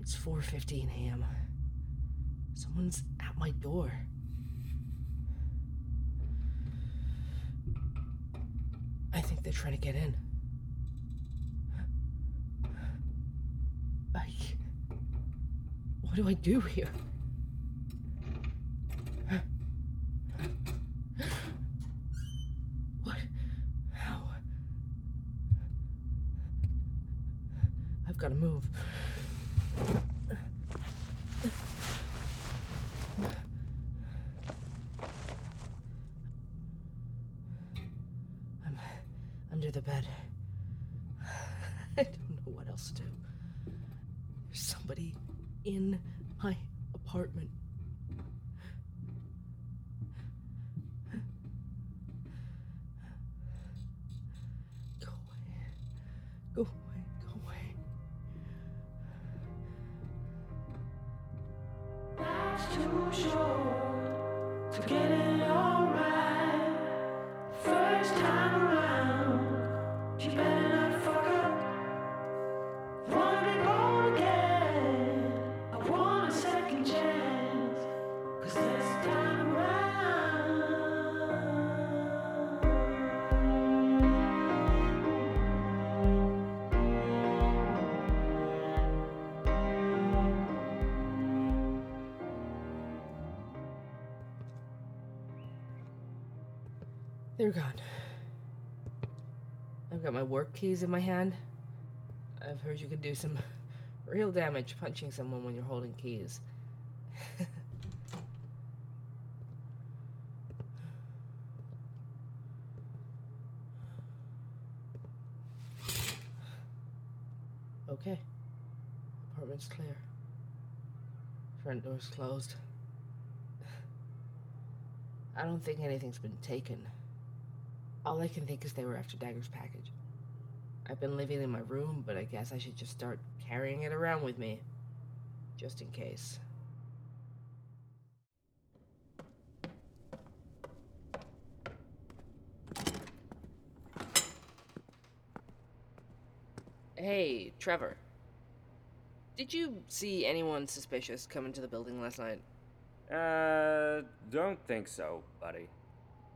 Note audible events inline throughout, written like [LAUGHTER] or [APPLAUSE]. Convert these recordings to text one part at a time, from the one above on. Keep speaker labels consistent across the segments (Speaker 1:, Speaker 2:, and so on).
Speaker 1: It's 4:15 a.m. Someone's at my door. I think they're trying to get in. I. What do I do here? What? How? I've got to move. I'm under the bed. [LAUGHS] I don't know what else to do. There's somebody in my apartment. Go away. Go away. Go away.
Speaker 2: Life's too short to get it all right. First time around, she better not fuck up. Wanna be born again. I want a second chance. Cause this time around.
Speaker 1: They're gone. I've got my work keys in my hand. I've heard you can do some [LAUGHS] real damage punching someone when you're holding keys. [LAUGHS] okay. Apartment's clear. Front door's closed. [LAUGHS] I don't think anything's been taken. All I can think is they were after Dagger's package. I've been living in my room, but I guess I should just start carrying it around with me. Just in case. Hey, Trevor. Did you see anyone suspicious come into the building last night?
Speaker 3: Uh, don't think so, buddy.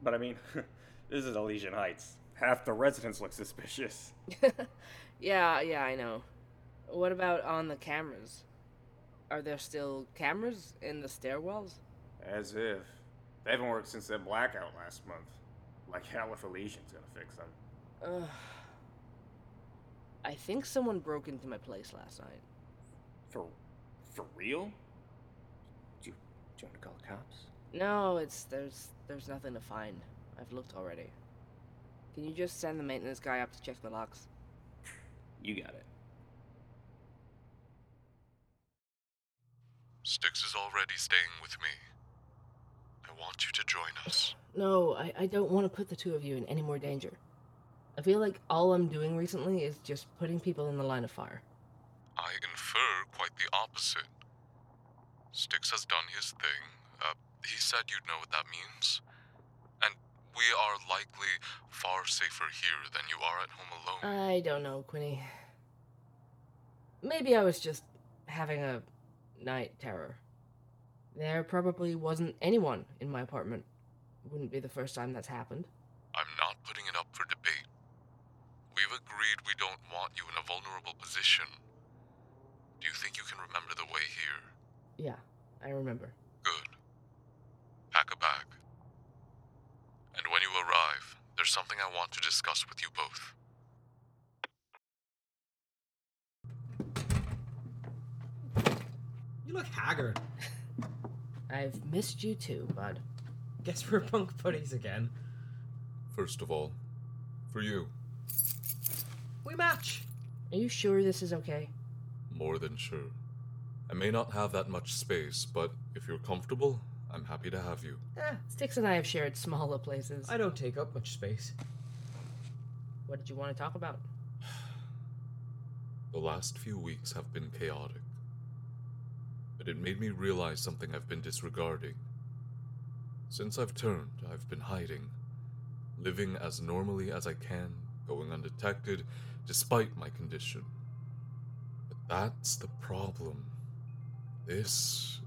Speaker 3: But I mean, [LAUGHS] this is Elysian Heights. Half the residents look suspicious.
Speaker 1: yeah, yeah, I know. What about on the cameras? Are there still cameras in the stairwells?
Speaker 3: As if. They haven't worked since that blackout last month. Like hell if Elysian's gonna fix them.
Speaker 1: Ugh. I think someone broke into my place last night.
Speaker 3: For, for real? Do you, do you want to call the cops?
Speaker 1: No, it's there's there's nothing to find. I've looked already. Can you just send the maintenance guy up to check the locks?
Speaker 3: You got it.
Speaker 4: Styx is already staying with me. I want you to join us.
Speaker 1: No, I, I don't want to put the two of you in any more danger. I feel like all I'm doing recently is just putting people in the line of fire.
Speaker 4: I infer quite the opposite. Styx has done his thing. Uh, he said you'd know what that means. And we are likely far safer here than you are at home alone.
Speaker 1: I don't know, Quinny. Maybe I was just having a night terror. There probably wasn't anyone in my apartment. Wouldn't be the first time that's happened.
Speaker 4: I'm not putting it up for debate. We've agreed we don't want you in a vulnerable position. Do you think you can remember the way here?
Speaker 1: Yeah, I remember.
Speaker 4: Good. Pack a bag. And when you arrive, there's something I want to discuss with you both.
Speaker 5: You look haggard.
Speaker 1: [LAUGHS] I've missed you too, bud.
Speaker 5: Guess we're bunk buddies again.
Speaker 4: First of all, for you,
Speaker 5: We match.
Speaker 1: Are you sure this is okay?
Speaker 4: more than sure. I may not have that much space, but if you're comfortable, I'm happy to have you.
Speaker 5: Eh,
Speaker 1: Sticks and I have shared smaller places.
Speaker 5: I don't take up much space.
Speaker 1: What did you want to talk about?
Speaker 4: The last few weeks have been chaotic. But it made me realize something I've been disregarding. Since I've turned, I've been hiding, living as normally as I can, going undetected despite my condition. But that's the problem. This.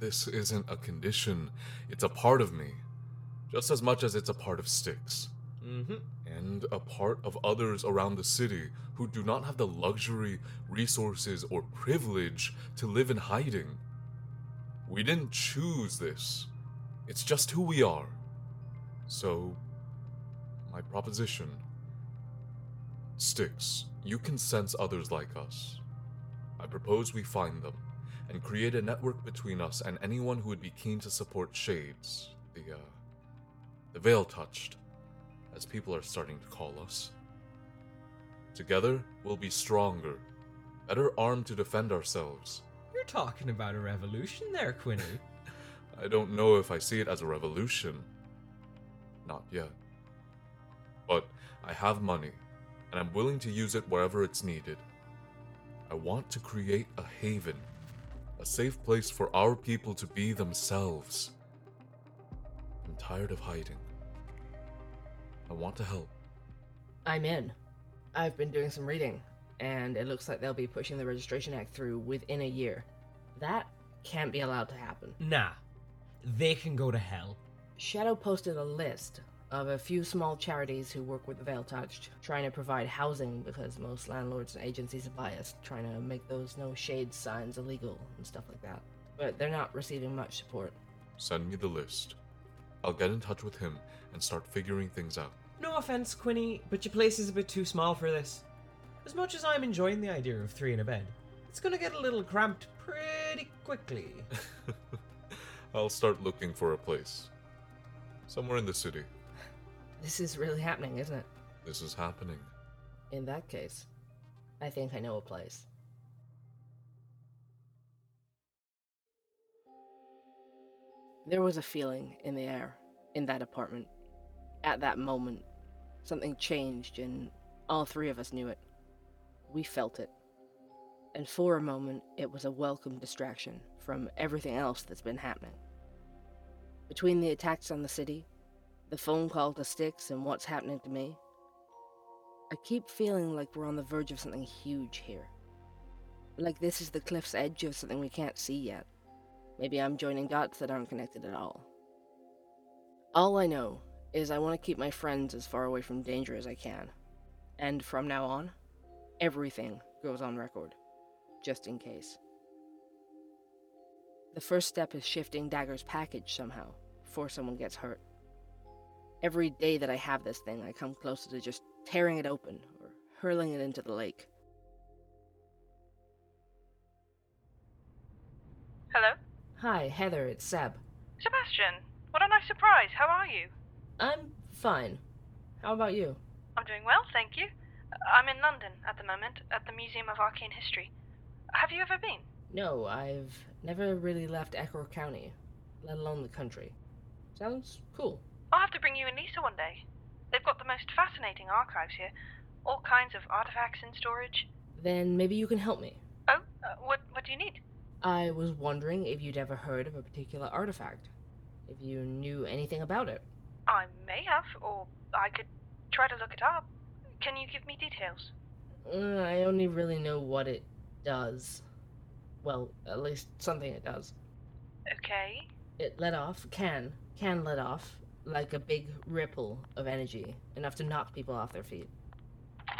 Speaker 4: This isn't a condition. It's a part of me. Just as much as it's a part of Styx.
Speaker 5: Mm-hmm.
Speaker 4: And a part of others around the city who do not have the luxury, resources, or privilege to live in hiding. We didn't choose this. It's just who we are. So, my proposition Styx, you can sense others like us. I propose we find them and create a network between us and anyone who would be keen to support Shades, the, uh, the Veil Touched, as people are starting to call us. Together, we'll be stronger, better armed to defend ourselves.
Speaker 5: You're talking about a revolution there, Quinny.
Speaker 4: I don't know if I see it as a revolution. Not yet. But I have money, and I'm willing to use it wherever it's needed. I want to create a haven, a safe place for our people to be themselves. I'm tired of hiding. I want to help.
Speaker 1: I'm in. I've been doing some reading, and it looks like they'll be pushing the Registration Act through within a year. That can't be allowed to happen.
Speaker 5: nah. They can go to hell.
Speaker 1: Shadow posted a list of a few small charities who work with the Veil Touched, trying to provide housing because most landlords and agencies are biased, trying to make those no shade signs illegal and stuff like that. But they're not receiving much support.
Speaker 4: Send me the list. I'll get in touch with him and start figuring things out.
Speaker 5: No offense, Quinny, but your place is a bit too small for this. As much as I'm enjoying the idea of three in a bed, it's gonna get a little cramped pretty quickly.
Speaker 4: I'll start looking for a place. Somewhere in the city.
Speaker 1: This is really happening, isn't it?
Speaker 4: This is happening.
Speaker 1: In that case, I think I know a place. There was a feeling in the air in that apartment. At that moment, something changed, and all three of us knew it. We felt it. And for a moment, it was a welcome distraction from everything else that's been happening. Between the attacks on the city, the phone call to Styx, and what's happening to me, I keep feeling like we're on the verge of something huge here. Like this is the cliff's edge of something we can't see yet. Maybe I'm joining dots that aren't connected at all. All I know is I want to keep my friends as far away from danger as I can. And from now on, everything goes on record, just in case. The first step is shifting Dagger's package somehow, before someone gets hurt. Every day that I have this thing, I come closer to just tearing it open or hurling it into the lake.
Speaker 6: Hello?
Speaker 1: Hi, Heather, it's Seb.
Speaker 6: Sebastian, what a nice surprise. How are you?
Speaker 1: I'm fine. How about you?
Speaker 6: I'm doing well, thank you. I'm in London at the moment, at the Museum of Arcane History. Have you ever been?
Speaker 1: No, I've never really left Echo County, let alone the country. Sounds cool.
Speaker 6: I'll have to bring you and Lisa one day. They've got the most fascinating archives here, all kinds of artifacts in storage.
Speaker 1: Then maybe you can help me.
Speaker 6: Oh, uh, what what do you need?
Speaker 1: I was wondering if you'd ever heard of a particular artifact, if you knew anything about it.
Speaker 6: I may have, or I could try to look it up. Can you give me details?
Speaker 1: Uh, I only really know what it does. Well, at least something it does.
Speaker 6: Okay.
Speaker 1: It let off, can, can let off, like a big ripple of energy, enough to knock people off their feet.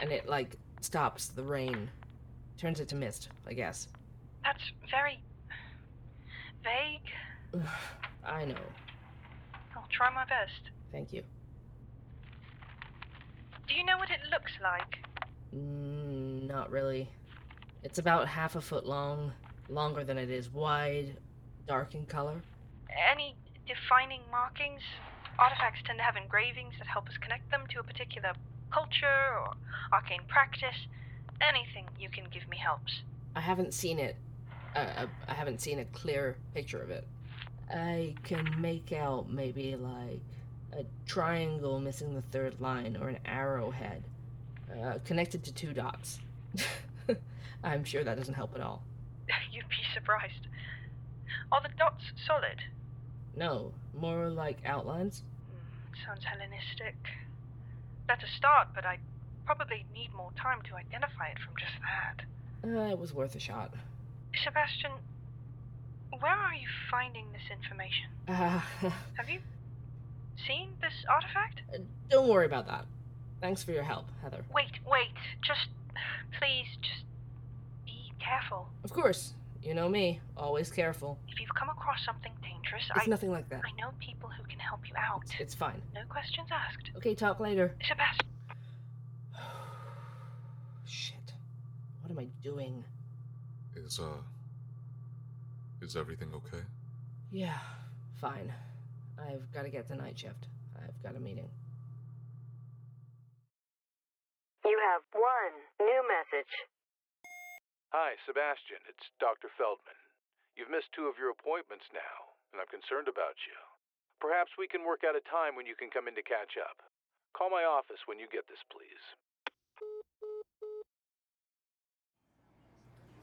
Speaker 1: And it, like, stops the rain, turns it to mist, I guess. [SIGHS]
Speaker 6: That's very vague.
Speaker 1: I know.
Speaker 6: I'll try my best.
Speaker 1: Thank you.
Speaker 6: Do you know what it looks like?
Speaker 1: Mm, not really. It's about half a foot long, longer than it is wide, dark in color.
Speaker 6: Any defining markings? Artifacts tend to have engravings that help us connect them to a particular culture or arcane practice. Anything you can give me helps. [LAUGHS]
Speaker 1: I haven't seen it. Uh, uh, I haven't seen a clear picture of it. I can make out maybe like a triangle missing the third line or an arrowhead uh, connected to two dots. [LAUGHS] I'm sure that doesn't help at all.
Speaker 6: You'd be surprised. Are the dots solid?
Speaker 1: No, more like outlines.
Speaker 6: Hmm, sounds Hellenistic. That's a start, but I probably need more time to identify it from just that.
Speaker 1: Uh, it was worth a shot.
Speaker 6: Sebastian, Where are you finding this information?
Speaker 1: Uh, [LAUGHS]
Speaker 6: Have you seen this artifact?
Speaker 1: don't worry about that. Thanks for your help, Heather.
Speaker 6: Wait, wait. Just. Please, just. Be careful.
Speaker 1: Of course, you know me, always careful.
Speaker 6: If you've come across something dangerous,
Speaker 1: It's
Speaker 6: I.
Speaker 1: nothing like that.
Speaker 6: I know people who can help you out.
Speaker 1: It's, it's fine.
Speaker 6: No questions asked.
Speaker 1: Okay, talk later.
Speaker 6: Sebastian.
Speaker 1: [SIGHS] Shit. What am I doing?
Speaker 4: Is, uh. Is everything okay?
Speaker 1: Yeah, fine. I've got to get the night shift. I've got a meeting.
Speaker 7: You have one new message.
Speaker 8: Hi, Sebastian. It's Dr. Feldman. You've missed two of your appointments now, and I'm concerned about you. Perhaps we can work out a time when you can come in to catch up. Call my office when you get this, please.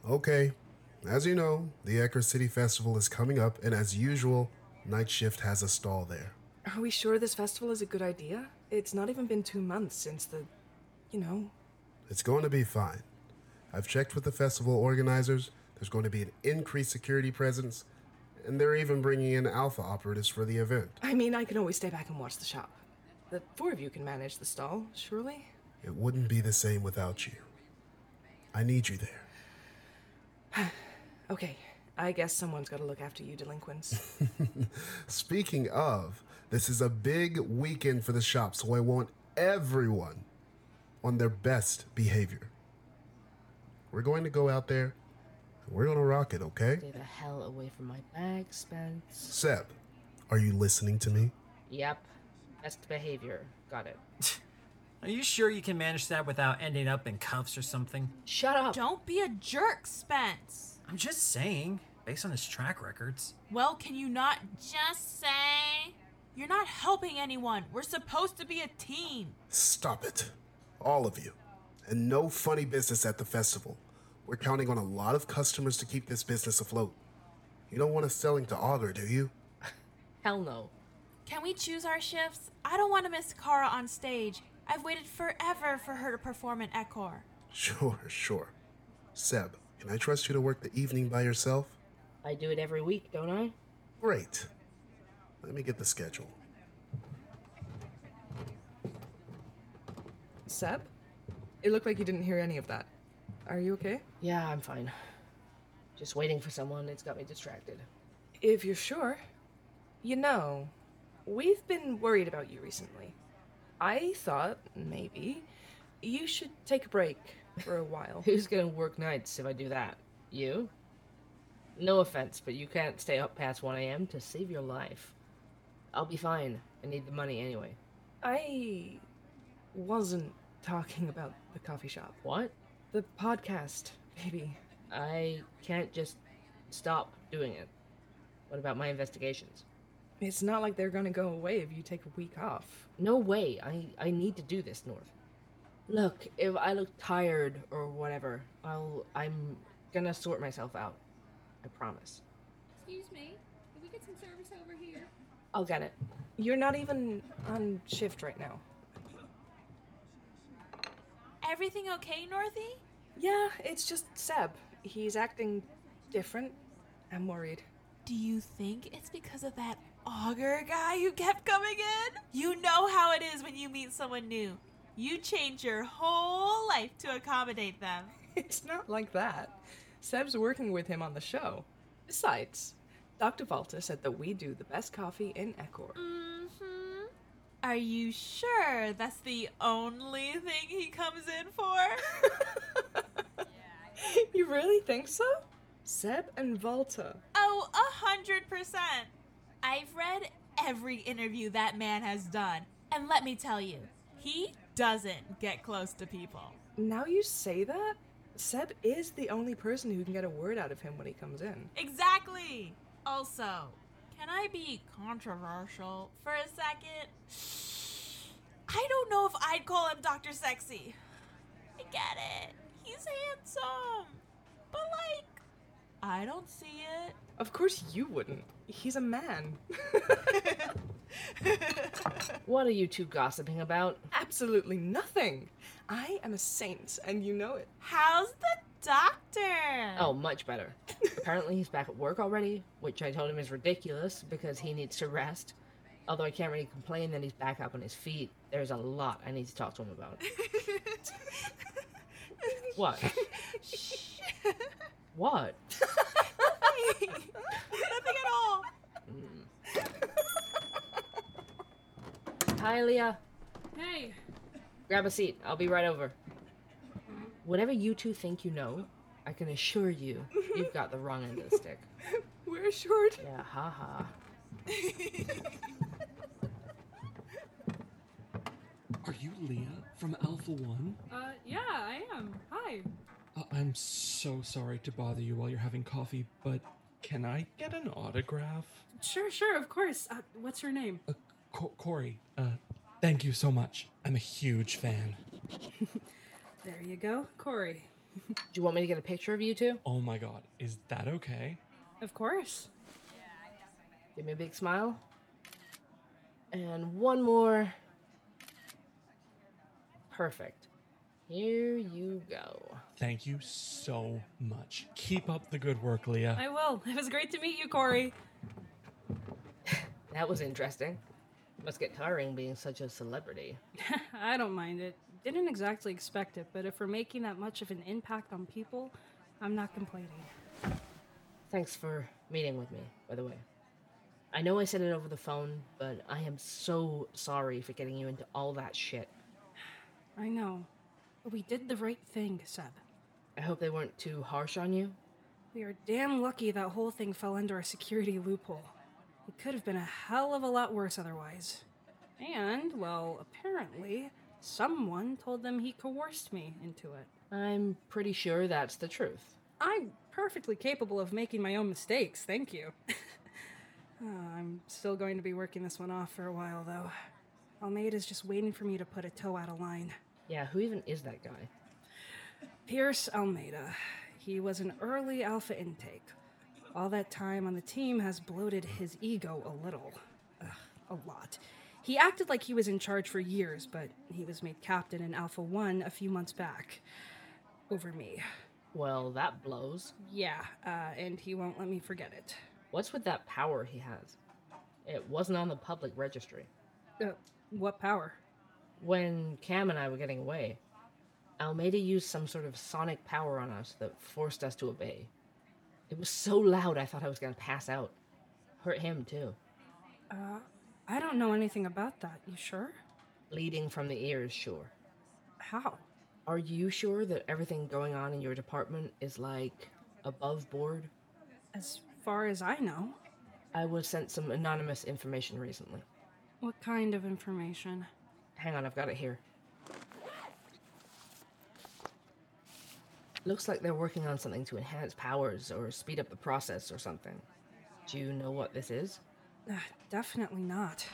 Speaker 9: Okay. As you know, the Ecker City Festival is coming up, and as usual, Night Shift has a stall there.
Speaker 10: Are we sure this festival is a good idea? It's not even been two months since the. You know.
Speaker 9: It's going to be fine. I've checked with the festival organizers, there's going to be an increased security presence, and they're even bringing in alpha operatives for the event.
Speaker 10: I mean, I can always stay back and watch the shop. The four of you can manage the stall, surely? [SIGHS]
Speaker 9: It wouldn't be the same without you. I need you there.
Speaker 10: Okay, I guess someone's gotta look after you delinquents.
Speaker 9: [LAUGHS] Speaking of, this is a big weekend for the shop, so I want everyone on their best behavior. We're going to go out there and we're going to rock it, okay?
Speaker 1: Stay the hell away from my bag, Spence.
Speaker 9: Seb, are you listening to me?
Speaker 1: Yep. Best behavior. Got it.
Speaker 11: Are you sure you can manage that without ending up in cuffs or something?
Speaker 1: Shut up.
Speaker 12: Don't be a jerk, Spence.
Speaker 11: I'm just saying, based on his track records.
Speaker 12: Well, can you not just say? You're not helping anyone. We're supposed to be a team.
Speaker 9: Stop it. All of you. And no funny business at the festival. We're counting on a lot of customers to keep this business afloat. You don't want us selling to Augur, do you? [LAUGHS]
Speaker 1: Hell no.
Speaker 12: Can we choose our shifts? I don't want to miss Kara on stage. I've waited forever for her to perform at Ecor.
Speaker 9: Sure, sure. Seb, can I trust you to work the evening by yourself?
Speaker 1: I do it every week, don't I?
Speaker 9: Great. Let me get the schedule.
Speaker 10: Seb? It looked like you didn't hear any of that. Are you okay?
Speaker 1: Yeah, I'm fine. Just waiting for someone. It's got me distracted.
Speaker 10: If you're sure. You know, we've been worried about you recently. I thought, maybe, you should take a break for a [LAUGHS] while.
Speaker 1: Who's gonna work nights if I do that? You? No offense, but you can't stay up past 1 a.m. to save your life. I'll be fine. I need the money anyway.
Speaker 10: I wasn't talking about the coffee shop.
Speaker 1: What?
Speaker 10: The podcast, baby.
Speaker 1: I can't just stop doing it. What about my investigations?
Speaker 10: It's not like they're gonna go away if you take a week off.
Speaker 1: No way. I, I need to do this, North. Look, if I look tired or whatever, I'll I'm gonna sort myself out. I promise.
Speaker 13: Excuse me, can we get some service over here?
Speaker 1: I'll get it.
Speaker 10: You're not even on shift right now.
Speaker 12: Everything okay, Northie?
Speaker 10: Yeah, it's just Seb. He's acting different. I'm worried.
Speaker 12: Do you think it's because of that auger guy who kept coming in? You know how it is when you meet someone new. You change your whole life to accommodate
Speaker 11: [LAUGHS]
Speaker 12: them.
Speaker 10: It's not like that. Seb's working with him on the show. Besides, Dr. Valta said that we do the best coffee in
Speaker 12: [LAUGHS]
Speaker 10: Ecor.
Speaker 12: Mm-hmm. Are you sure that's the only thing he comes in for?
Speaker 10: you really think so? Seb and Volta.
Speaker 12: oh, a hundred percent. I've read every interview that man has done, and let me tell you, he doesn't get close to people.
Speaker 10: Now you say that? Seb is the only person who can get a word out of him when he comes in.
Speaker 12: Exactly. Also, can I be controversial for a second? [SIGHS] I don't know if I'd call him Dr. Sexy. I get it. He's handsome. But, like, I don't see it.
Speaker 10: Of course you wouldn't. He's a
Speaker 12: [LAUGHS]
Speaker 10: man.
Speaker 1: What are you two gossiping about?
Speaker 10: Absolutely nothing. I am a saint, and you know it.
Speaker 12: How's the doctor.
Speaker 1: Oh, much better. Apparently, he's back at work already, which I told him is ridiculous because he needs to rest. Although I can't really complain that he's back up on his feet. There's a lot I need to talk to him [LAUGHS] about. what? what?
Speaker 12: Nothing at all.
Speaker 1: Hi, Leah.
Speaker 13: Hey,
Speaker 1: Grab a seat. I'll be right over. Whatever you two think you know, I can assure you, you've got the wrong end of the
Speaker 13: [LAUGHS]
Speaker 1: stick.
Speaker 10: We're short.
Speaker 1: Yeah, haha.
Speaker 14: Are you Leah from Alpha One?
Speaker 13: uh, yeah, I am. Hi.
Speaker 14: Uh, I'm so sorry to bother you while you're having coffee, but can I get an autograph?
Speaker 13: Sure, sure, of course. Uh, what's your name?
Speaker 14: Co- Corey, uh, thank you so much. I'm a huge fan.
Speaker 13: There you go, Corey.
Speaker 1: Do you want me to get a picture of you two?
Speaker 14: Oh my god, is that okay?
Speaker 13: Of course.
Speaker 1: Give me a big smile. And one more. Perfect. Here you go.
Speaker 14: Thank you so much. Keep up the good work, Leah.
Speaker 13: I will. It was great to meet you, Corey.
Speaker 1: That was interesting. Must get tiring being such a celebrity.
Speaker 13: [LAUGHS] I don't mind it. Didn't exactly expect it, but if we're making that much of an impact on people, I'm not complaining.
Speaker 1: Thanks for meeting with me, by the way. I know I said it over the phone, but I am so sorry for getting you into all that shit.
Speaker 13: I know. But we did the right thing, Seb.
Speaker 1: I hope they weren't too harsh on you.
Speaker 13: We are damn lucky that whole thing fell under a security loophole. It could have been a hell of a lot worse otherwise. And, well, apparently, someone told them he coerced me into it.
Speaker 1: I'm pretty sure that's the truth.
Speaker 13: I'm perfectly capable of making my own mistakes, thank you. [LAUGHS] Uh, I'm still going to be working this one off for a while, though. Almeida's just waiting for me to put a toe out of line.
Speaker 1: Yeah, who even is that guy?
Speaker 13: Pierce Almeida. He was an early alpha intake. All that time on the team has bloated his ego a little. Ugh, a lot. He acted like he was in charge for years, but he was made captain in Alpha 1 a few months back. Over me.
Speaker 1: Well, that blows.
Speaker 13: Yeah, uh, and he won't let me forget it.
Speaker 1: What's with that power he has? It wasn't on the public registry.
Speaker 13: Uh, what power?
Speaker 1: When Cam and I were getting away, Almeida used some sort of sonic power on us that forced us to obey. It was so loud I thought I was gonna pass out. Hurt him too.
Speaker 13: Uh, I don't know anything about that. You sure?
Speaker 1: Bleeding from the ears, sure.
Speaker 13: How?
Speaker 1: Are you sure that everything going on in your department is like above board?
Speaker 13: As far as I know.
Speaker 1: I was sent some anonymous information recently.
Speaker 13: What kind of information?
Speaker 1: Hang on, I've got it here. Looks like they're working on something to enhance powers or speed up the process or something. Do you know what this is?
Speaker 13: Uh, definitely not.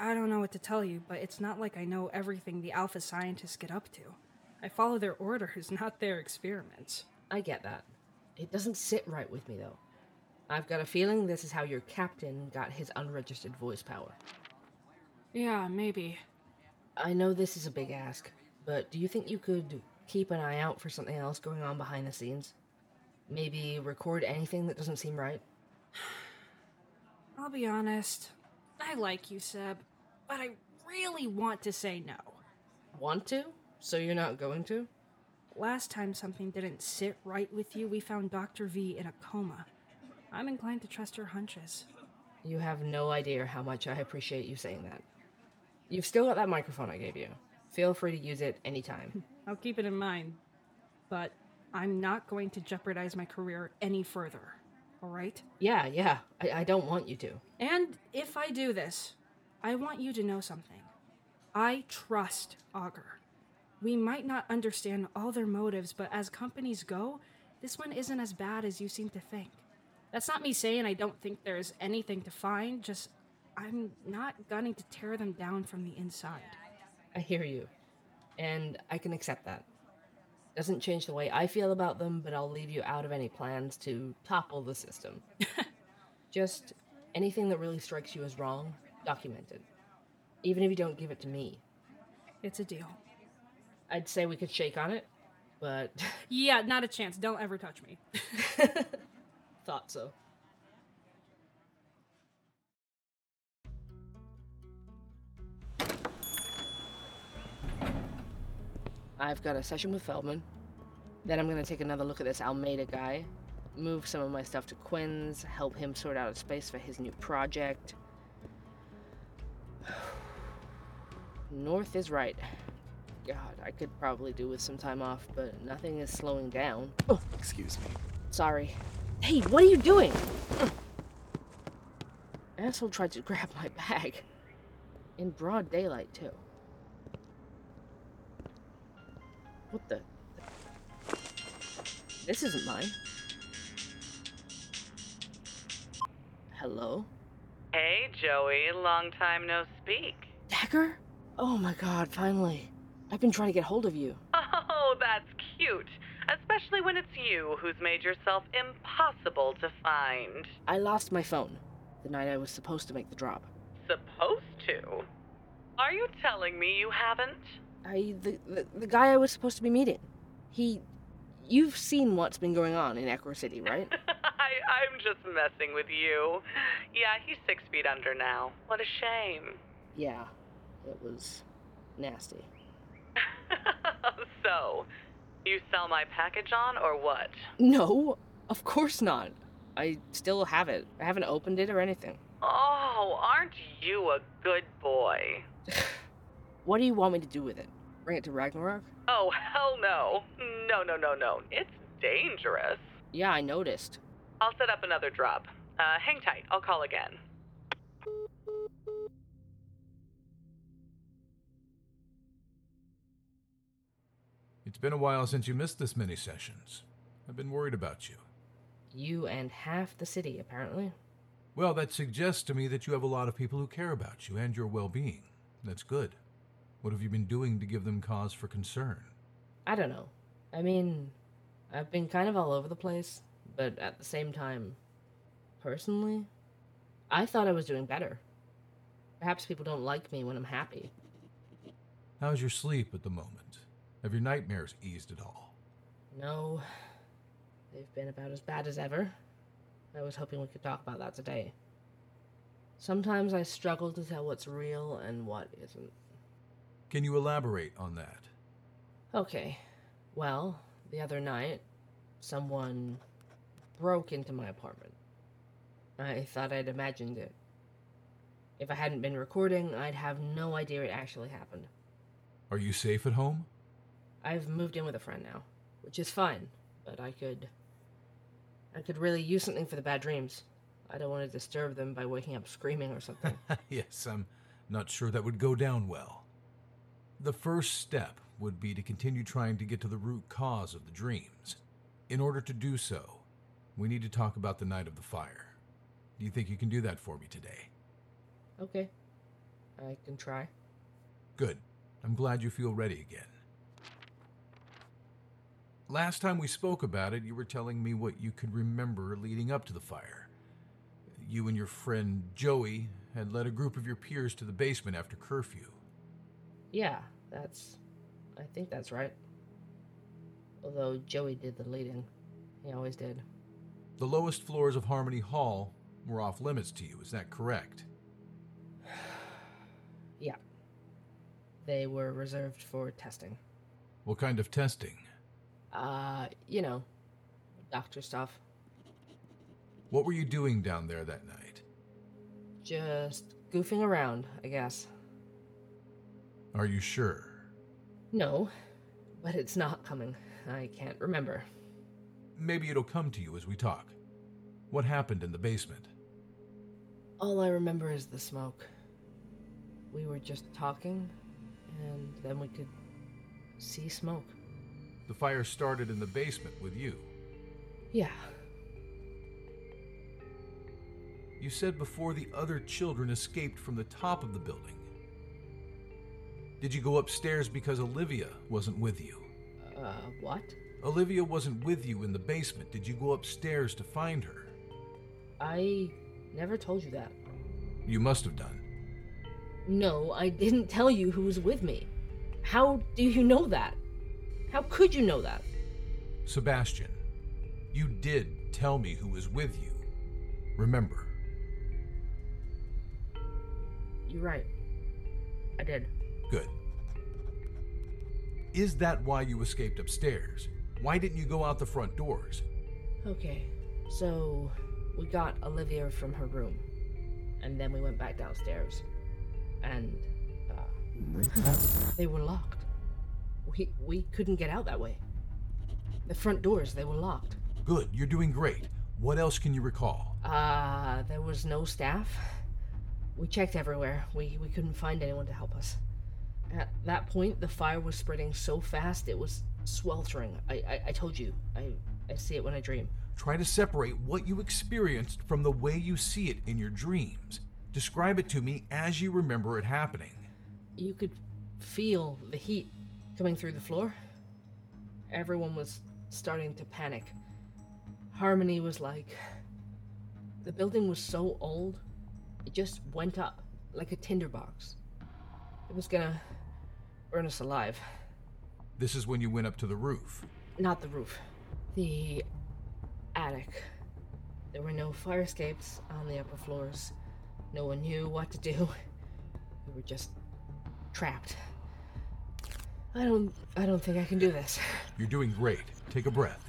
Speaker 13: I don't know what to tell you, but it's not like I know everything the alpha scientists get up to. I follow their orders, [LAUGHS] not their experiments.
Speaker 1: I get that. It doesn't sit right with me, though. I've got a feeling this is how your captain got his unregistered voice power.
Speaker 13: Yeah, maybe.
Speaker 1: I know this is a big ask, but do you think you could keep an eye out for something else going on behind the scenes? Maybe record anything that doesn't seem right?
Speaker 13: I'll be honest. I like you, Seb, but I really want to say no.
Speaker 1: Want to? So you're not going to?
Speaker 13: Last time something didn't sit right with you, we found Dr. V in a coma. I'm inclined to trust your hunches.
Speaker 1: You have no idea how much I appreciate you saying that. You've still got that microphone I gave you. Feel free to use it anytime.
Speaker 13: I'll keep it in mind, but I'm not going to jeopardize my career any further, all right?
Speaker 1: yeah, yeah, I, I don't want you to.
Speaker 13: And if I do this, I want you to know something. I trust Augur. We might not understand all their motives, but as companies go, this one isn't as bad as you seem to think. That's not me saying I don't think there's anything to find, just I'm not gunning to tear them down from the inside.
Speaker 1: I hear you, and I can accept that. Doesn't change the way I feel about them, but I'll leave you out of any plans to topple the
Speaker 13: [LAUGHS]
Speaker 1: system. Just anything that really strikes you as wrong, document it. Even if you don't give it to me,
Speaker 13: It's a deal.
Speaker 1: I'd say we could shake on it, but [LAUGHS]
Speaker 13: Yeah, not a chance. Don't ever touch me.
Speaker 1: thought so. I've got a session with Feldman. Then I'm going to take another look at this Almeida guy, move some of my stuff to Quinn's, help him sort out a space for his new project. [SIGHS] North is right. God, I could probably do with some time off, but nothing is slowing down. Oh,
Speaker 15: Excuse me.
Speaker 1: sorry. Hey, what are you doing? Mm. Asshole tried to grab my bag. In broad daylight, too. What the? This isn't mine. Hello?
Speaker 16: Hey, Joey. Long time no speak. [LAUGHS]
Speaker 1: Dagger? Oh my god, finally. I've been trying to get hold of you.
Speaker 16: Oh, that's cute. Especially when it's you who's made yourself impossible to find.
Speaker 1: I lost my phone the night I was supposed to make the drop.
Speaker 16: Supposed to? Are you telling me you haven't? [LAUGHS]
Speaker 1: I the, the the guy I was supposed to be meeting. He you've seen what's been going on in Echo City, right?
Speaker 16: I, I'm just messing with you. Yeah, he's six feet under now. What a shame. [LAUGHS]
Speaker 1: yeah. It was nasty.
Speaker 16: so, you sell my package on or what?
Speaker 1: No, of course not. I still have it. I haven't opened it or anything.
Speaker 16: Oh, aren't you a good boy?
Speaker 1: What do you want me to do with it? Bring it to Ragnarok?
Speaker 16: Oh, hell no. No, no, no, no. It's dangerous.
Speaker 1: Yeah, I noticed.
Speaker 16: I'll set up another drop. Uh, hang tight. I'll call again.
Speaker 17: It's been a while since you missed this many sessions. I've been worried about you.
Speaker 1: You and half the city, apparently.
Speaker 17: Well, that suggests to me that you have a lot of people who care about you and your well being. That's good. What have you been doing to give them cause for concern?
Speaker 1: I don't know. I mean, I've been kind of all over the place, but at the same time, personally, I thought I was doing better. Perhaps people don't like me when I'm happy.
Speaker 17: How's your sleep at the moment? Have your nightmares eased at all?
Speaker 1: No, they've been about as bad as ever. I was hoping we could talk about that today. Sometimes I struggle to tell what's real and what isn't.
Speaker 17: Can you elaborate on that?
Speaker 1: Okay. Well, the other night, someone broke into my apartment. I thought I'd imagined it. If I hadn't been recording, I'd have no idea it actually happened.
Speaker 17: Are you safe at home?
Speaker 1: I've moved in with a friend now, which is fine, but I could. I could really use something for the bad dreams. I don't want to disturb them by waking up screaming or
Speaker 17: [LAUGHS]
Speaker 1: something.
Speaker 17: yes, I'm not sure that would go down well. The first step would be to continue trying to get to the root cause of the dreams. In order to do so, we need to talk about the night of the fire. Do you think you can do that for me today?
Speaker 1: okay. I can try.
Speaker 17: Good. I'm glad you feel ready again. Last time we spoke about it, you were telling me what you could remember leading up to the fire. You and your friend Joey had led a group of your peers to the basement after curfew.
Speaker 1: Yeah, that's. I think that's right. Although Joey did the leading. He always did.
Speaker 17: The lowest floors of Harmony Hall were off limits to you, is that correct?
Speaker 1: Yeah. They were reserved for testing.
Speaker 17: What kind of testing?
Speaker 1: Uh, you know, doctor stuff.
Speaker 17: What were you doing down there that night?
Speaker 1: Just goofing around, I guess.
Speaker 17: Are you sure?
Speaker 1: No, but it's not coming. I can't remember.
Speaker 17: Maybe it'll come to you as we talk. What happened in the basement?
Speaker 1: All I remember is the smoke. We were just talking, and then we could see smoke.
Speaker 17: The fire started in the basement with you.
Speaker 1: Yeah.
Speaker 17: You said before the other children escaped from the top of the building. Did you go upstairs because Olivia wasn't with you?
Speaker 1: Uh, what?
Speaker 17: Olivia wasn't with you in the basement. Did you go upstairs to find her?
Speaker 1: I never told you that.
Speaker 17: You must have done.
Speaker 1: No, I didn't tell you who was with me. How do you know that? How could you know that?
Speaker 17: Sebastian, you did tell me who was with you. Remember.
Speaker 1: You're right. I did.
Speaker 17: Good. Is that why you escaped upstairs? Why didn't you go out the front doors?
Speaker 1: Okay, so we got Olivia from her room, and then we went back downstairs, and uh, [LAUGHS] they were locked. We we couldn't get out that way. The front doors they were locked.
Speaker 17: Good, you're doing great. What else can you recall?
Speaker 1: Uh, there was no staff. We checked everywhere. We we couldn't find anyone to help us. At that point, the fire was spreading so fast it was sweltering. I I, I told you. I I see it when I dream.
Speaker 17: Try to separate what you experienced from the way you see it in your dreams. Describe it to me as you remember it happening.
Speaker 1: You could feel the heat coming through the floor. Everyone was starting to panic. Harmony was like, the building was so old, it just went up like a tinderbox. It was gonna burn us alive.
Speaker 17: This is when you went up to the roof.
Speaker 1: Not the roof, the attic. There were no fire escapes on the upper floors. No one knew what to do. [LAUGHS] We were just trapped. I don't I don't think I can do this.
Speaker 17: You're doing great. Take a breath.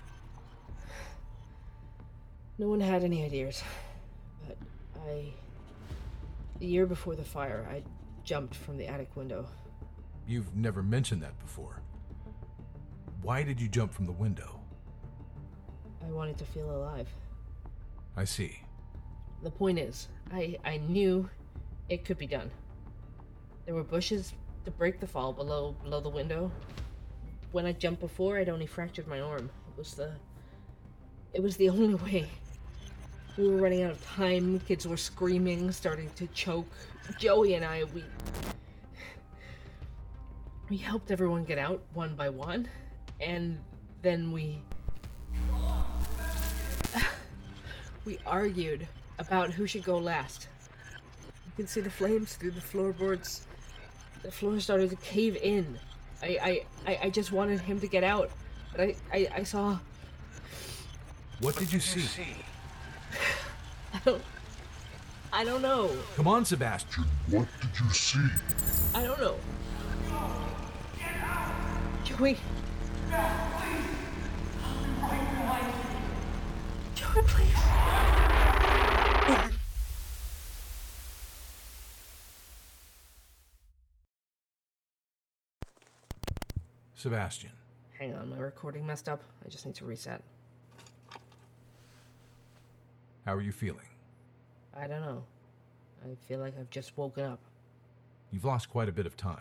Speaker 1: No one had any ideas. But I the year before the fire, I jumped from the attic window.
Speaker 17: You've never mentioned that before. Why did you jump from the window?
Speaker 1: I wanted to feel alive.
Speaker 17: I see.
Speaker 1: The point is, I I knew it could be done. There were bushes to break the fall below below the window. When I jumped before, I'd only fractured my arm. It was the it was the [LAUGHS] only way. We were running out of time. Kids were screaming, starting to choke. Joey and I, we we helped everyone get out one by one, and then we [LAUGHS] we argued about who should go last. You could see the flames through the floorboards. The floor started to cave in. I I, I, I just wanted him to get out, but I, I, I saw [LAUGHS]
Speaker 17: What did you see?
Speaker 1: I don't I don't know.
Speaker 17: Come on, Sebastian. What did you see?
Speaker 1: I don't know. Joey. Joey, please.
Speaker 17: Sebastian,
Speaker 1: Hang on, my recording messed up. I just need to reset.
Speaker 17: how are you feeling?
Speaker 1: I don't know. I feel like I've just woken up.
Speaker 17: You've lost quite a bit of time.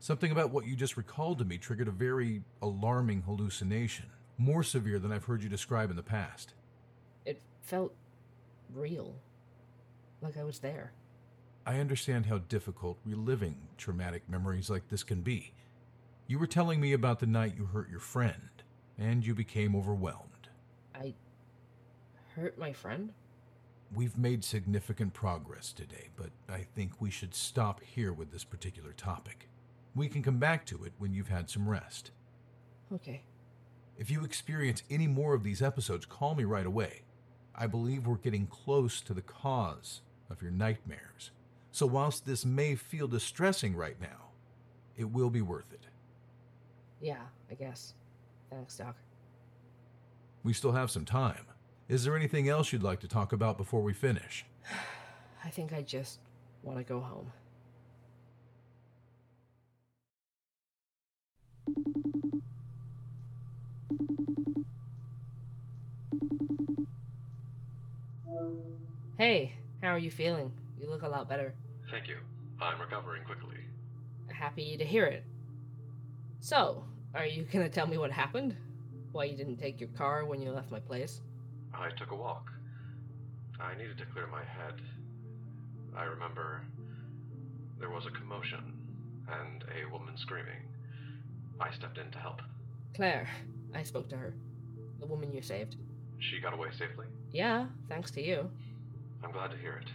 Speaker 17: Something about what you just recalled to me triggered a very alarming hallucination, more severe than I've heard you describe in the past.
Speaker 1: It felt real. Like I was there.
Speaker 17: I understand how difficult reliving traumatic memories like this can be. You were telling me about the night you hurt your friend, and you became overwhelmed.
Speaker 1: I hurt my friend?
Speaker 17: We've made significant progress today, but I think we should stop here with this particular topic. We can come back to it when you've had some rest.
Speaker 1: Okay.
Speaker 17: If you experience any more of these episodes, call me right away. I believe we're getting close to the cause of your nightmares. So, whilst this may feel distressing right now, it will be worth it.
Speaker 1: Yeah, I guess. Thanks, Doc.
Speaker 17: We still have some time. Is there anything else you'd like to talk about before we finish?
Speaker 1: I think I just want to go home. Hey, how are you feeling? You look a lot better.
Speaker 15: Thank you. I'm recovering quickly.
Speaker 1: Happy to hear it. So, are you gonna tell me what happened? Why you didn't take your car when you left my place?
Speaker 15: I took a walk. I needed to clear my head. I remember there was a commotion and a woman screaming. I stepped in to help.
Speaker 1: Claire, I spoke to her. The woman you saved.
Speaker 15: She got away safely.
Speaker 1: Yeah, thanks to you.
Speaker 15: I'm glad to hear it.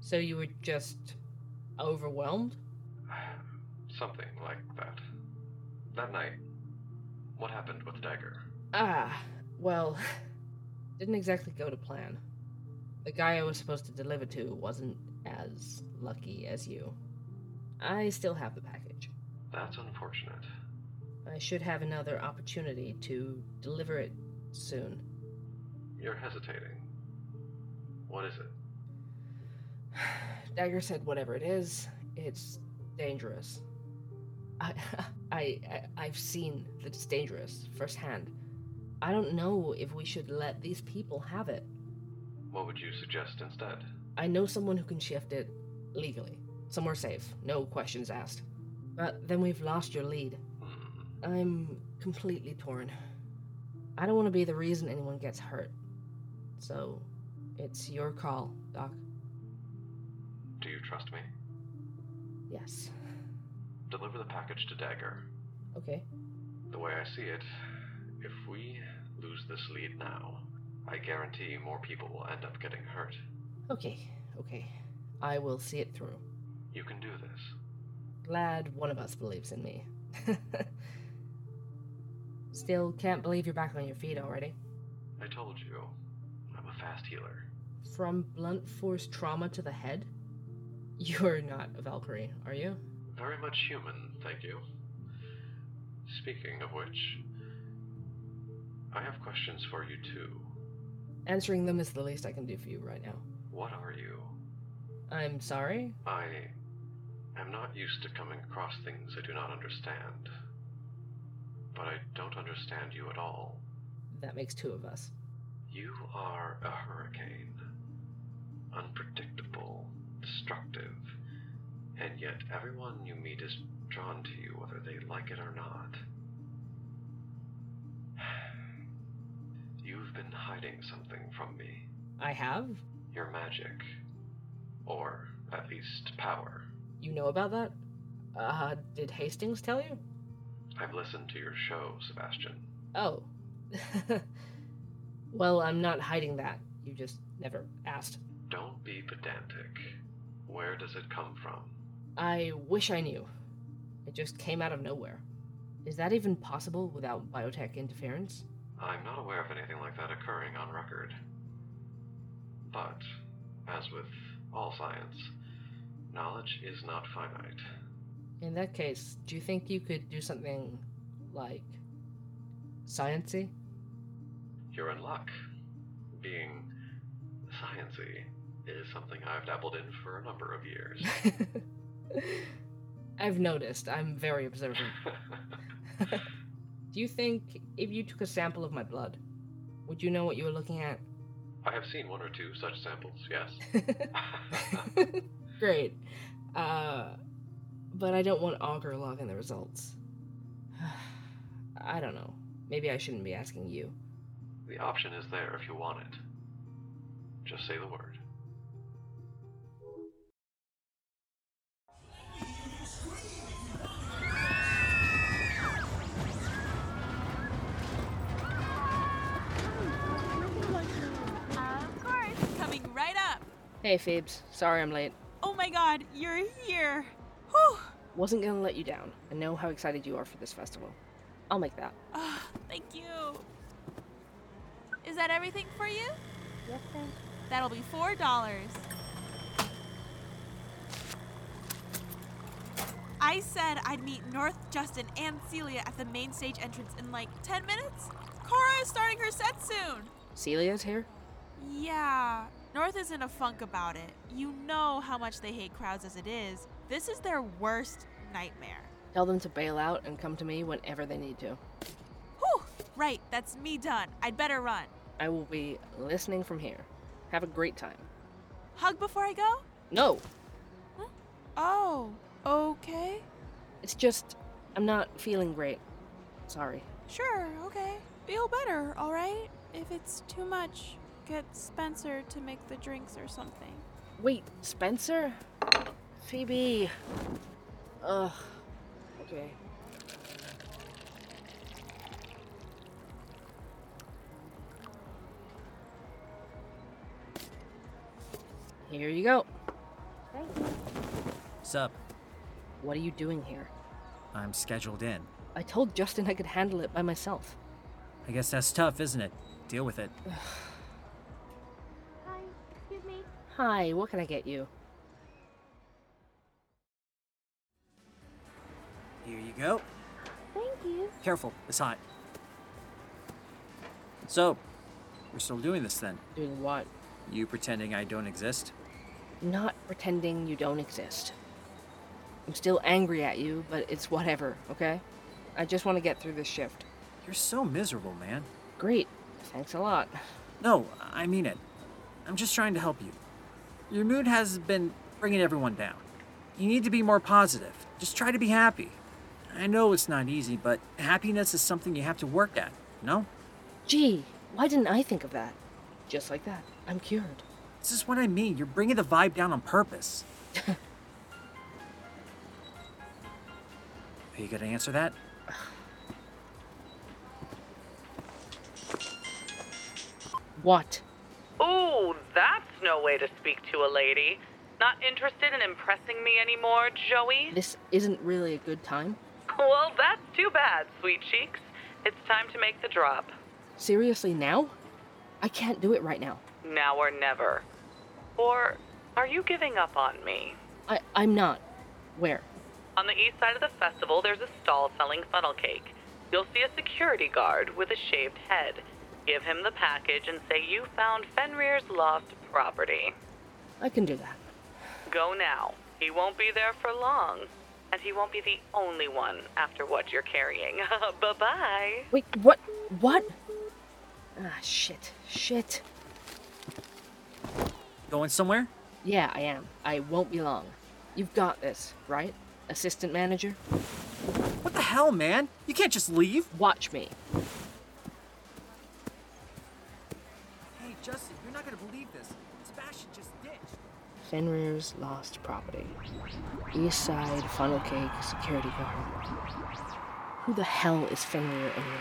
Speaker 1: So you were just overwhelmed?
Speaker 15: Something like that. That night, What happened with the dagger?
Speaker 1: Ah, well, [LAUGHS] didn't exactly go to plan. The guy I was supposed to deliver to wasn't as lucky as you. I still have the package.
Speaker 15: That's unfortunate.
Speaker 1: I should have another opportunity to deliver it soon.
Speaker 15: You're hesitating. What is it?
Speaker 1: Dagger said, "Whatever it is, it's dangerous. I, [LAUGHS] I, I, I've seen that it's dangerous firsthand. I don't know if we should let these people have it.
Speaker 15: What would you suggest instead?
Speaker 1: I know someone who can shift it legally, somewhere safe, no questions asked. But then we've lost your lead. I'm completely torn. I don't want to be the reason anyone gets hurt. So, it's your call, Doc.
Speaker 15: Do you trust me?
Speaker 1: Yes.
Speaker 15: Deliver the package to Dagger.
Speaker 1: Okay.
Speaker 15: The way I see it, if we lose this lead now, I guarantee more people will end up getting hurt.
Speaker 1: Okay. Okay. I will see it through.
Speaker 15: You can do this.
Speaker 1: Glad one of us believes in me. [LAUGHS] Still can't believe you're back on your feet already.
Speaker 15: I told you, I'm a fast healer.
Speaker 1: From blunt force trauma to the head? You're not a Valkyrie, are you?
Speaker 15: Very much human, thank you. Speaking of which, I have questions for you too.
Speaker 1: Answering them is the least I can do for you right now.
Speaker 15: What are you?
Speaker 1: I'm sorry?
Speaker 15: I am not used to coming across things I do not understand. But I don't understand you at all.
Speaker 1: That makes two of us.
Speaker 15: You are a hurricane. Unpredictable, destructive, and yet everyone you meet is drawn to you whether they like it or not. [SIGHS] You've been hiding something from me
Speaker 1: I have?
Speaker 15: your magic. Or, at least, power.
Speaker 1: You know about that? Uh, did Hastings tell you?
Speaker 15: I've listened to your show, Sebastian.
Speaker 1: Oh. [LAUGHS] well, I'm not hiding that. You just never asked.
Speaker 15: Don't be pedantic. Where does it come from?
Speaker 1: I wish I knew. It just came out of nowhere. Is that even possible without biotech interference?
Speaker 15: I'm not aware of anything like that occurring on record. But, as with all science, knowledge is not finite.
Speaker 1: In that case, do you think you could do something like sciency?
Speaker 15: You're in luck. Being sciency is something I've dabbled in for a number of years.
Speaker 1: I've noticed. I'm very observant. [LAUGHS] do you think if you took a sample of my blood, would you know what you were looking at?
Speaker 15: I have seen one or two such samples, yes.
Speaker 1: Great. Uh, but I don't want Augur logging the results. [SIGHS] I don't know. Maybe I shouldn't be asking you.
Speaker 15: The option is there if you want it. Just say the word.
Speaker 12: Of course, coming right up.
Speaker 1: Hey, Phoebes. Sorry I'm late.
Speaker 12: Oh my god, you're here.
Speaker 1: Wasn't gonna let you down. I know how excited you are for this festival. I'll make that.
Speaker 12: Ah, Thank you. Is that everything for you? Yes, thanks. That'll be four dollars. I said I'd meet North, Justin, and Celia at the main stage entrance in like 10 minutes. Cora is starting her set soon.
Speaker 1: Celia's here?
Speaker 12: Yeah, North is in a funk about it. You know how much they hate crowds as it is. This is their worst nightmare.
Speaker 1: Tell them to bail out and come to me whenever they need to.
Speaker 12: Whew! Right, that's me done. I'd better run.
Speaker 1: I will be listening from here. Have a great time.
Speaker 12: Hug before I go?
Speaker 1: No!
Speaker 12: Oh, okay.
Speaker 1: It's just, I'm not feeling great. Sorry.
Speaker 12: Sure, okay. Feel better, alright? If it's too much, get Spencer to make the drinks or something.
Speaker 1: Wait, Spencer? Phoebe. Ugh. Okay. Here you go.
Speaker 11: Sup?
Speaker 1: What are you doing here?
Speaker 11: I'm scheduled in.
Speaker 1: I told Justin I could handle it by myself.
Speaker 11: I guess that's tough, isn't it? Deal with it.
Speaker 1: Excuse me? Hi, what can I get you?
Speaker 11: Here you go.
Speaker 18: Thank you.
Speaker 11: Careful, it's hot. So, we're still doing this then?
Speaker 1: Doing what?
Speaker 11: You pretending I don't exist?
Speaker 1: Not pretending you don't exist. I'm still angry at you, but it's whatever, okay? I just want to get through this shift.
Speaker 11: You're so miserable, man.
Speaker 1: Great. Thanks a lot.
Speaker 11: No, I mean it. I'm just trying to help you. Your mood has been bringing everyone down. You need to be more positive. Just try to be happy. I know it's not easy, but happiness is something you have to work at, no?
Speaker 1: Gee, why didn't I think of that? Just like that, I'm cured.
Speaker 11: This is what I mean. You're bringing the vibe down
Speaker 1: [LAUGHS]
Speaker 11: on purpose. Are you going to answer that?
Speaker 1: What?
Speaker 16: Ooh, that's no way to speak to a lady. Not interested in impressing me anymore, Joey? [LAUGHS]
Speaker 1: This isn't really a good time?
Speaker 16: Well, that's too bad, sweet cheeks. It's time to make the drop.
Speaker 1: Seriously, now? I can't do it right now.
Speaker 16: Now or never. Or are you giving up on me?
Speaker 1: I, I'm not. Where?
Speaker 16: On the east side of the festival, there's a stall selling funnel cake. You'll see a security guard with a shaved head. Give him the package and say you found Fenrir's lost property.
Speaker 1: I can do that.
Speaker 16: Go now. He won't be there for long. And he won't be the only one after what you're carrying. [LAUGHS] bye bye.
Speaker 1: Wait, what? What? Ah, shit. Shit.
Speaker 11: Going somewhere?
Speaker 1: Yeah, I am. I won't be long. You've got this, right? Assistant manager?
Speaker 11: What the hell, man? You can't just leave.
Speaker 1: Watch me.
Speaker 11: Hey, Justin, you're not gonna believe this. Sebastian just ditched.
Speaker 1: Fenrir's lost property. East side, funnel cake, security guard. Who the hell is Fenrir anyway?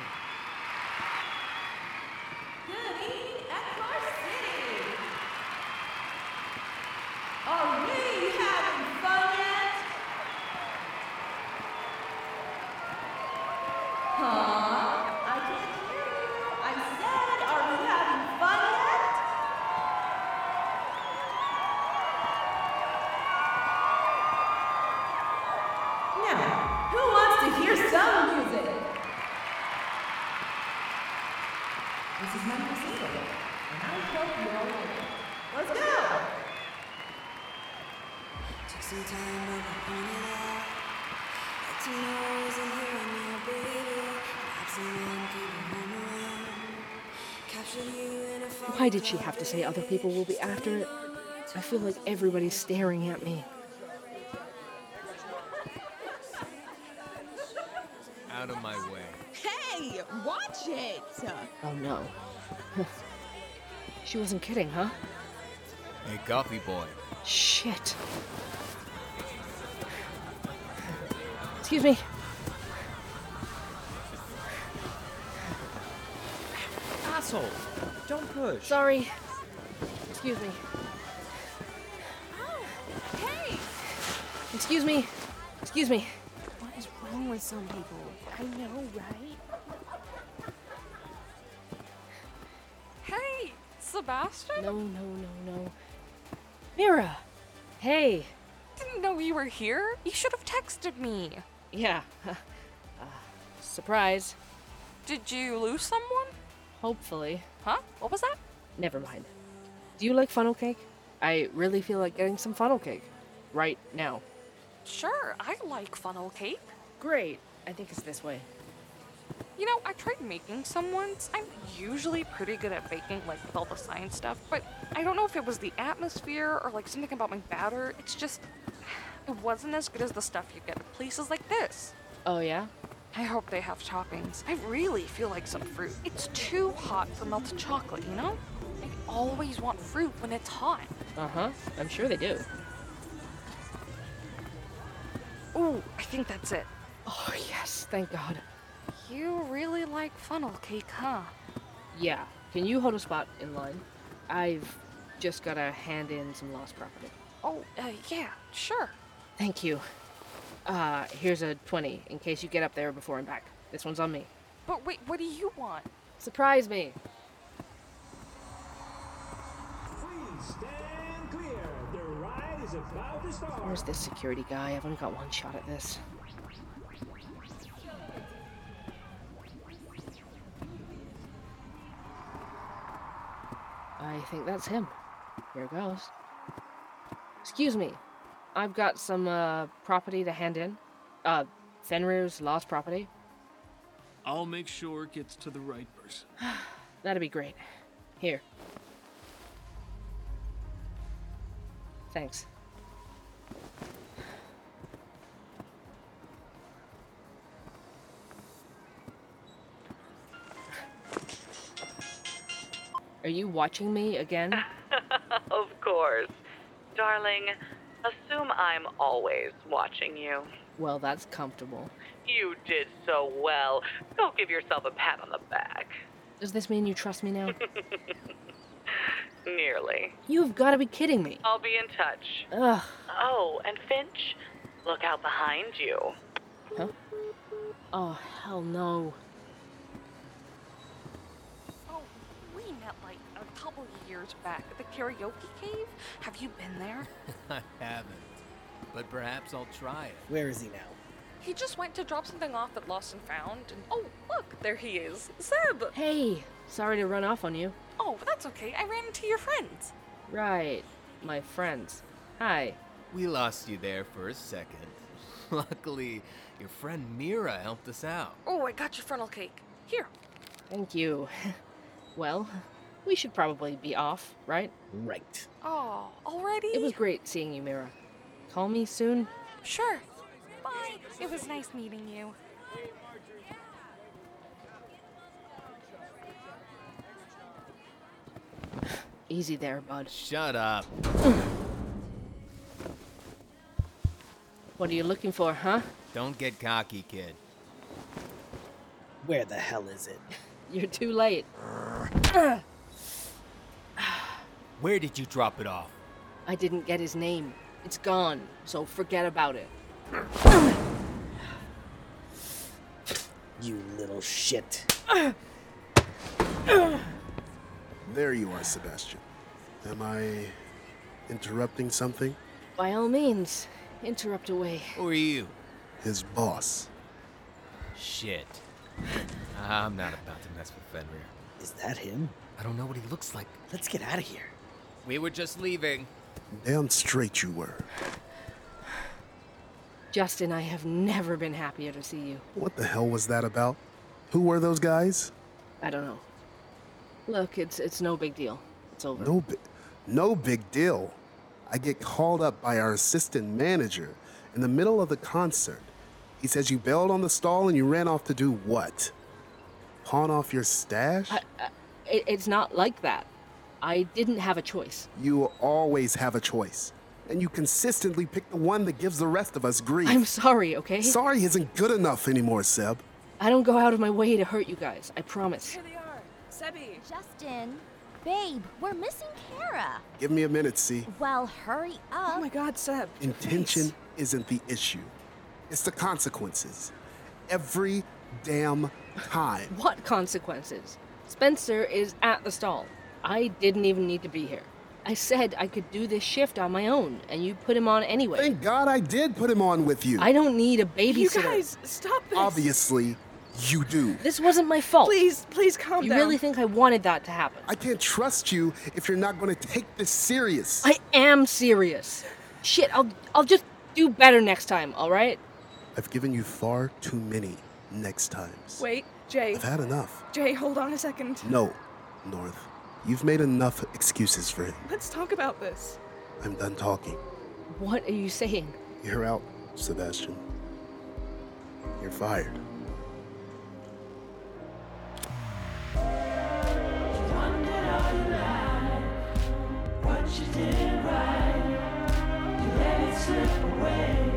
Speaker 2: Are we having fun yet? Huh? I can't hear you. I said, are we having fun yet? Now, who wants to hear some music? This is my music, and I hope you all like it. Let's go!
Speaker 18: Took some time working on it all. Had to know I wasn't here and now, baby. Absent and keeping him around. Captured you in a phone
Speaker 1: Why did she have to say other people will be after it? I feel like everybody's staring at me.
Speaker 19: Out of my way.
Speaker 20: Hey, watch it!
Speaker 1: Oh
Speaker 19: [LAUGHS]
Speaker 1: no. she wasn't kidding, huh?
Speaker 19: Hey, coffee boy. [LAUGHS]
Speaker 1: Shit. Excuse me.
Speaker 5: Asshole! Don't push.
Speaker 1: Sorry. Excuse me.
Speaker 13: Oh,
Speaker 20: Hey!
Speaker 1: Excuse me. Excuse me.
Speaker 13: What is wrong with some people? I know, right?
Speaker 18: Hey, Sebastian?
Speaker 1: No, no, no, no. Mira! Hey!
Speaker 18: Didn't know you were here. You should have texted me.
Speaker 1: Yeah. [LAUGHS] Uh, surprise.
Speaker 18: Did you lose someone?
Speaker 1: Hopefully.
Speaker 18: Huh? What was that?
Speaker 1: Never mind. Do you like funnel cake? I really feel like getting some funnel cake. Right now.
Speaker 18: Sure, I like funnel cake.
Speaker 1: Great. I think it's this way.
Speaker 18: You know, I tried making some once. I'm usually pretty good at baking, like with all the science stuff, but I don't know if it was the atmosphere or like something about my batter. It's just, it wasn't as good as the stuff you get at places like this.
Speaker 1: Oh, yeah?
Speaker 18: I hope they have toppings. I really feel like some fruit. It's too hot for melted chocolate, you know? I always want fruit when it's hot.
Speaker 1: Uh huh. I'm sure they do.
Speaker 18: Ooh, I think that's it.
Speaker 1: Oh, yes. Thank God.
Speaker 18: You really like funnel cake, huh?
Speaker 1: Yeah. Can you hold a spot in line? I've just gotta hand in some lost property.
Speaker 18: Oh, uh, yeah, Oh, sure.
Speaker 1: Thank you. Uh, here's a 20 in case you get up there before I'm back. This one's on me.
Speaker 18: But wait, what do you want?
Speaker 1: Surprise me.
Speaker 21: Stand clear. The ride is about to start.
Speaker 1: Where's this security guy? I've only got one shot at this. I think that's him. Here goes. Excuse me. I've got some uh, property to hand in. Uh, Fenrir's lost property.
Speaker 22: I'll make sure it gets to the right person. [SIGHS]
Speaker 1: That'd be great. Here. Thanks. Are you watching me again?
Speaker 16: [LAUGHS] of course. Darling, assume I'm always watching you.
Speaker 1: Well, that's comfortable.
Speaker 16: You did so well. Go give yourself a pat on the back.
Speaker 1: Does this mean you trust me now? [LAUGHS]
Speaker 16: Nearly.
Speaker 1: You've got to be kidding me.
Speaker 16: I'll be in touch.
Speaker 1: Ugh.
Speaker 16: Oh, and Finch, look out behind you.
Speaker 1: Huh? Oh, hell no.
Speaker 18: Oh, we met like a couple years back at the karaoke cave. Have you been there?
Speaker 19: I haven't. But perhaps I'll try it.
Speaker 23: Where is he now?
Speaker 18: He just went to drop something off at Lost and Found, and oh, look, there he is. Zeb!
Speaker 1: Hey, sorry to run off on you.
Speaker 18: Oh, that's okay. I ran into your friends.
Speaker 1: Right, my friends. Hi.
Speaker 19: We lost you there for a second. [LAUGHS] Luckily, your friend Mira helped us out.
Speaker 18: Oh, I got your funnel cake. Here.
Speaker 1: Thank you. [LAUGHS] Well, we should probably be off, right?
Speaker 23: Right.
Speaker 18: Oh, already?
Speaker 1: It was great seeing you, Mira. Call me soon?
Speaker 18: Sure. Bye. It was nice meeting you.
Speaker 1: Easy there, bud.
Speaker 19: Shut up.
Speaker 1: [CLEARS THROAT] What are you looking for, huh?
Speaker 19: Don't get cocky, kid.
Speaker 23: Where the hell is it?
Speaker 1: You're too late. [CLEARS THROAT]
Speaker 19: Where did you drop it off?
Speaker 1: I didn't get his name. It's gone, so forget about it.
Speaker 23: You little shit.
Speaker 9: There you are, Sebastian. Am I interrupting something?
Speaker 1: By all means, interrupt away.
Speaker 19: Who are you?
Speaker 9: His boss.
Speaker 19: Shit. [LAUGHS] I'm not about to mess with Fenrir.
Speaker 23: Is that him?
Speaker 19: I don't know what he looks like.
Speaker 23: Let's get out of here.
Speaker 19: We were just leaving.
Speaker 9: Damn straight you were.
Speaker 1: Justin, I have never been happier to see you.
Speaker 9: What the hell was that about? Who were those guys?
Speaker 1: I don't know. Look, it's it's no big deal. It's over.
Speaker 9: No, bi- no big deal. I get called up by our assistant manager in the middle of the concert. He says you bailed on the stall and you ran off to do what? Pawn off your stash?
Speaker 1: I, I, it, it's not like that. I didn't have a choice.
Speaker 9: You always have a choice. And you consistently pick the one that gives the rest of us grief.
Speaker 1: I'm sorry, okay?
Speaker 9: Sorry isn't good enough anymore, Seb.
Speaker 1: I don't go out of my way to hurt you guys. I promise.
Speaker 10: Here they are. Sebby.
Speaker 24: Justin, babe, we're missing Kara.
Speaker 9: Give me a minute, see?
Speaker 24: Well, hurry up.
Speaker 10: Oh my god, Seb.
Speaker 9: Intention isn't the issue, it's the consequences. Every damn time.
Speaker 1: What consequences? Spencer is at the stall. I didn't even need to be here. I said I could do this shift on my own, and you put him on anyway.
Speaker 9: Thank God I did put him on with you.
Speaker 1: I don't need a babysitter.
Speaker 10: You guys, stop this.
Speaker 9: Obviously, you do.
Speaker 1: This wasn't my fault.
Speaker 10: Please, please calm
Speaker 1: you
Speaker 10: down.
Speaker 1: really think I wanted that to happen?
Speaker 9: I can't trust you if you're not going to take this serious.
Speaker 1: I am serious. Shit, I'll I'll just do better next time, all right?
Speaker 9: I've given you far too many next times.
Speaker 10: Wait, Jay.
Speaker 9: I've had enough.
Speaker 10: Jay, hold on a second.
Speaker 9: No, North. You've made enough excuses for him.
Speaker 10: Let's talk about this.
Speaker 9: I'm done talking.
Speaker 1: What are you saying?
Speaker 9: You're out, Sebastian. You're fired.
Speaker 2: Wondered all your life what you did right. You let it slip away.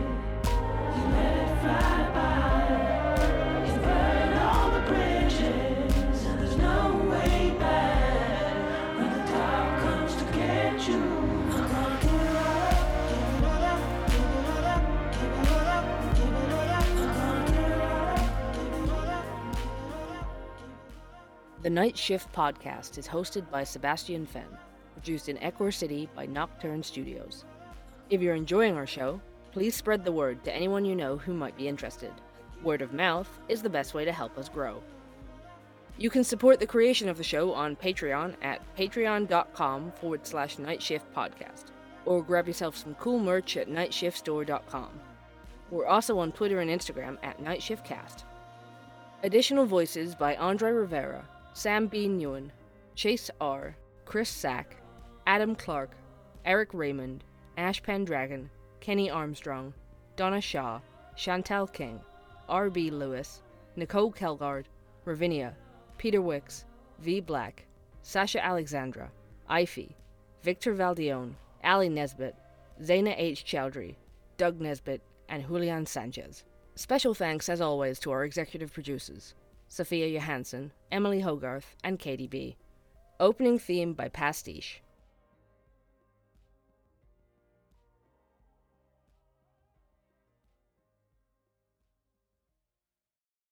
Speaker 2: You let it fly by. You burned all the bridges, and there's no way back. When the dark comes to get you, I'm gonna give it up, give it up, give it up, give it up, give it up.
Speaker 1: The Night Shift podcast is hosted by Sebastian Fenn, produced in Ecuador City by Nocturne Studios. If you're enjoying our show, please spread the word to anyone you know who might be interested. Word of mouth is the best way to help us grow. You can support the creation of the show on Patreon at patreon.com forward slash nightshift podcast, or grab yourself some cool merch at nightshiftstore.com. We're also on Twitter and Instagram at nightshiftcast. Additional voices by Andre Rivera, Sam B. Newen, Chase R., Chris Sack, Adam Clark, Eric Raymond, Ash Pendragon, Kenny Armstrong, Donna Shaw, Chantel King, R.B. Lewis, Nicole Kelgard, Ravinia, Peter Wicks, V. Black, Sasha Alexandra, Ify, Victor Valdione, Ali Nesbitt, Zaina H. Chowdhury, Doug Nesbitt, and Julian Sanchez. Special thanks, as always, to our executive producers, Sophia Johansson, Emily Hogarth, and Katie B. Opening theme by Pastiche.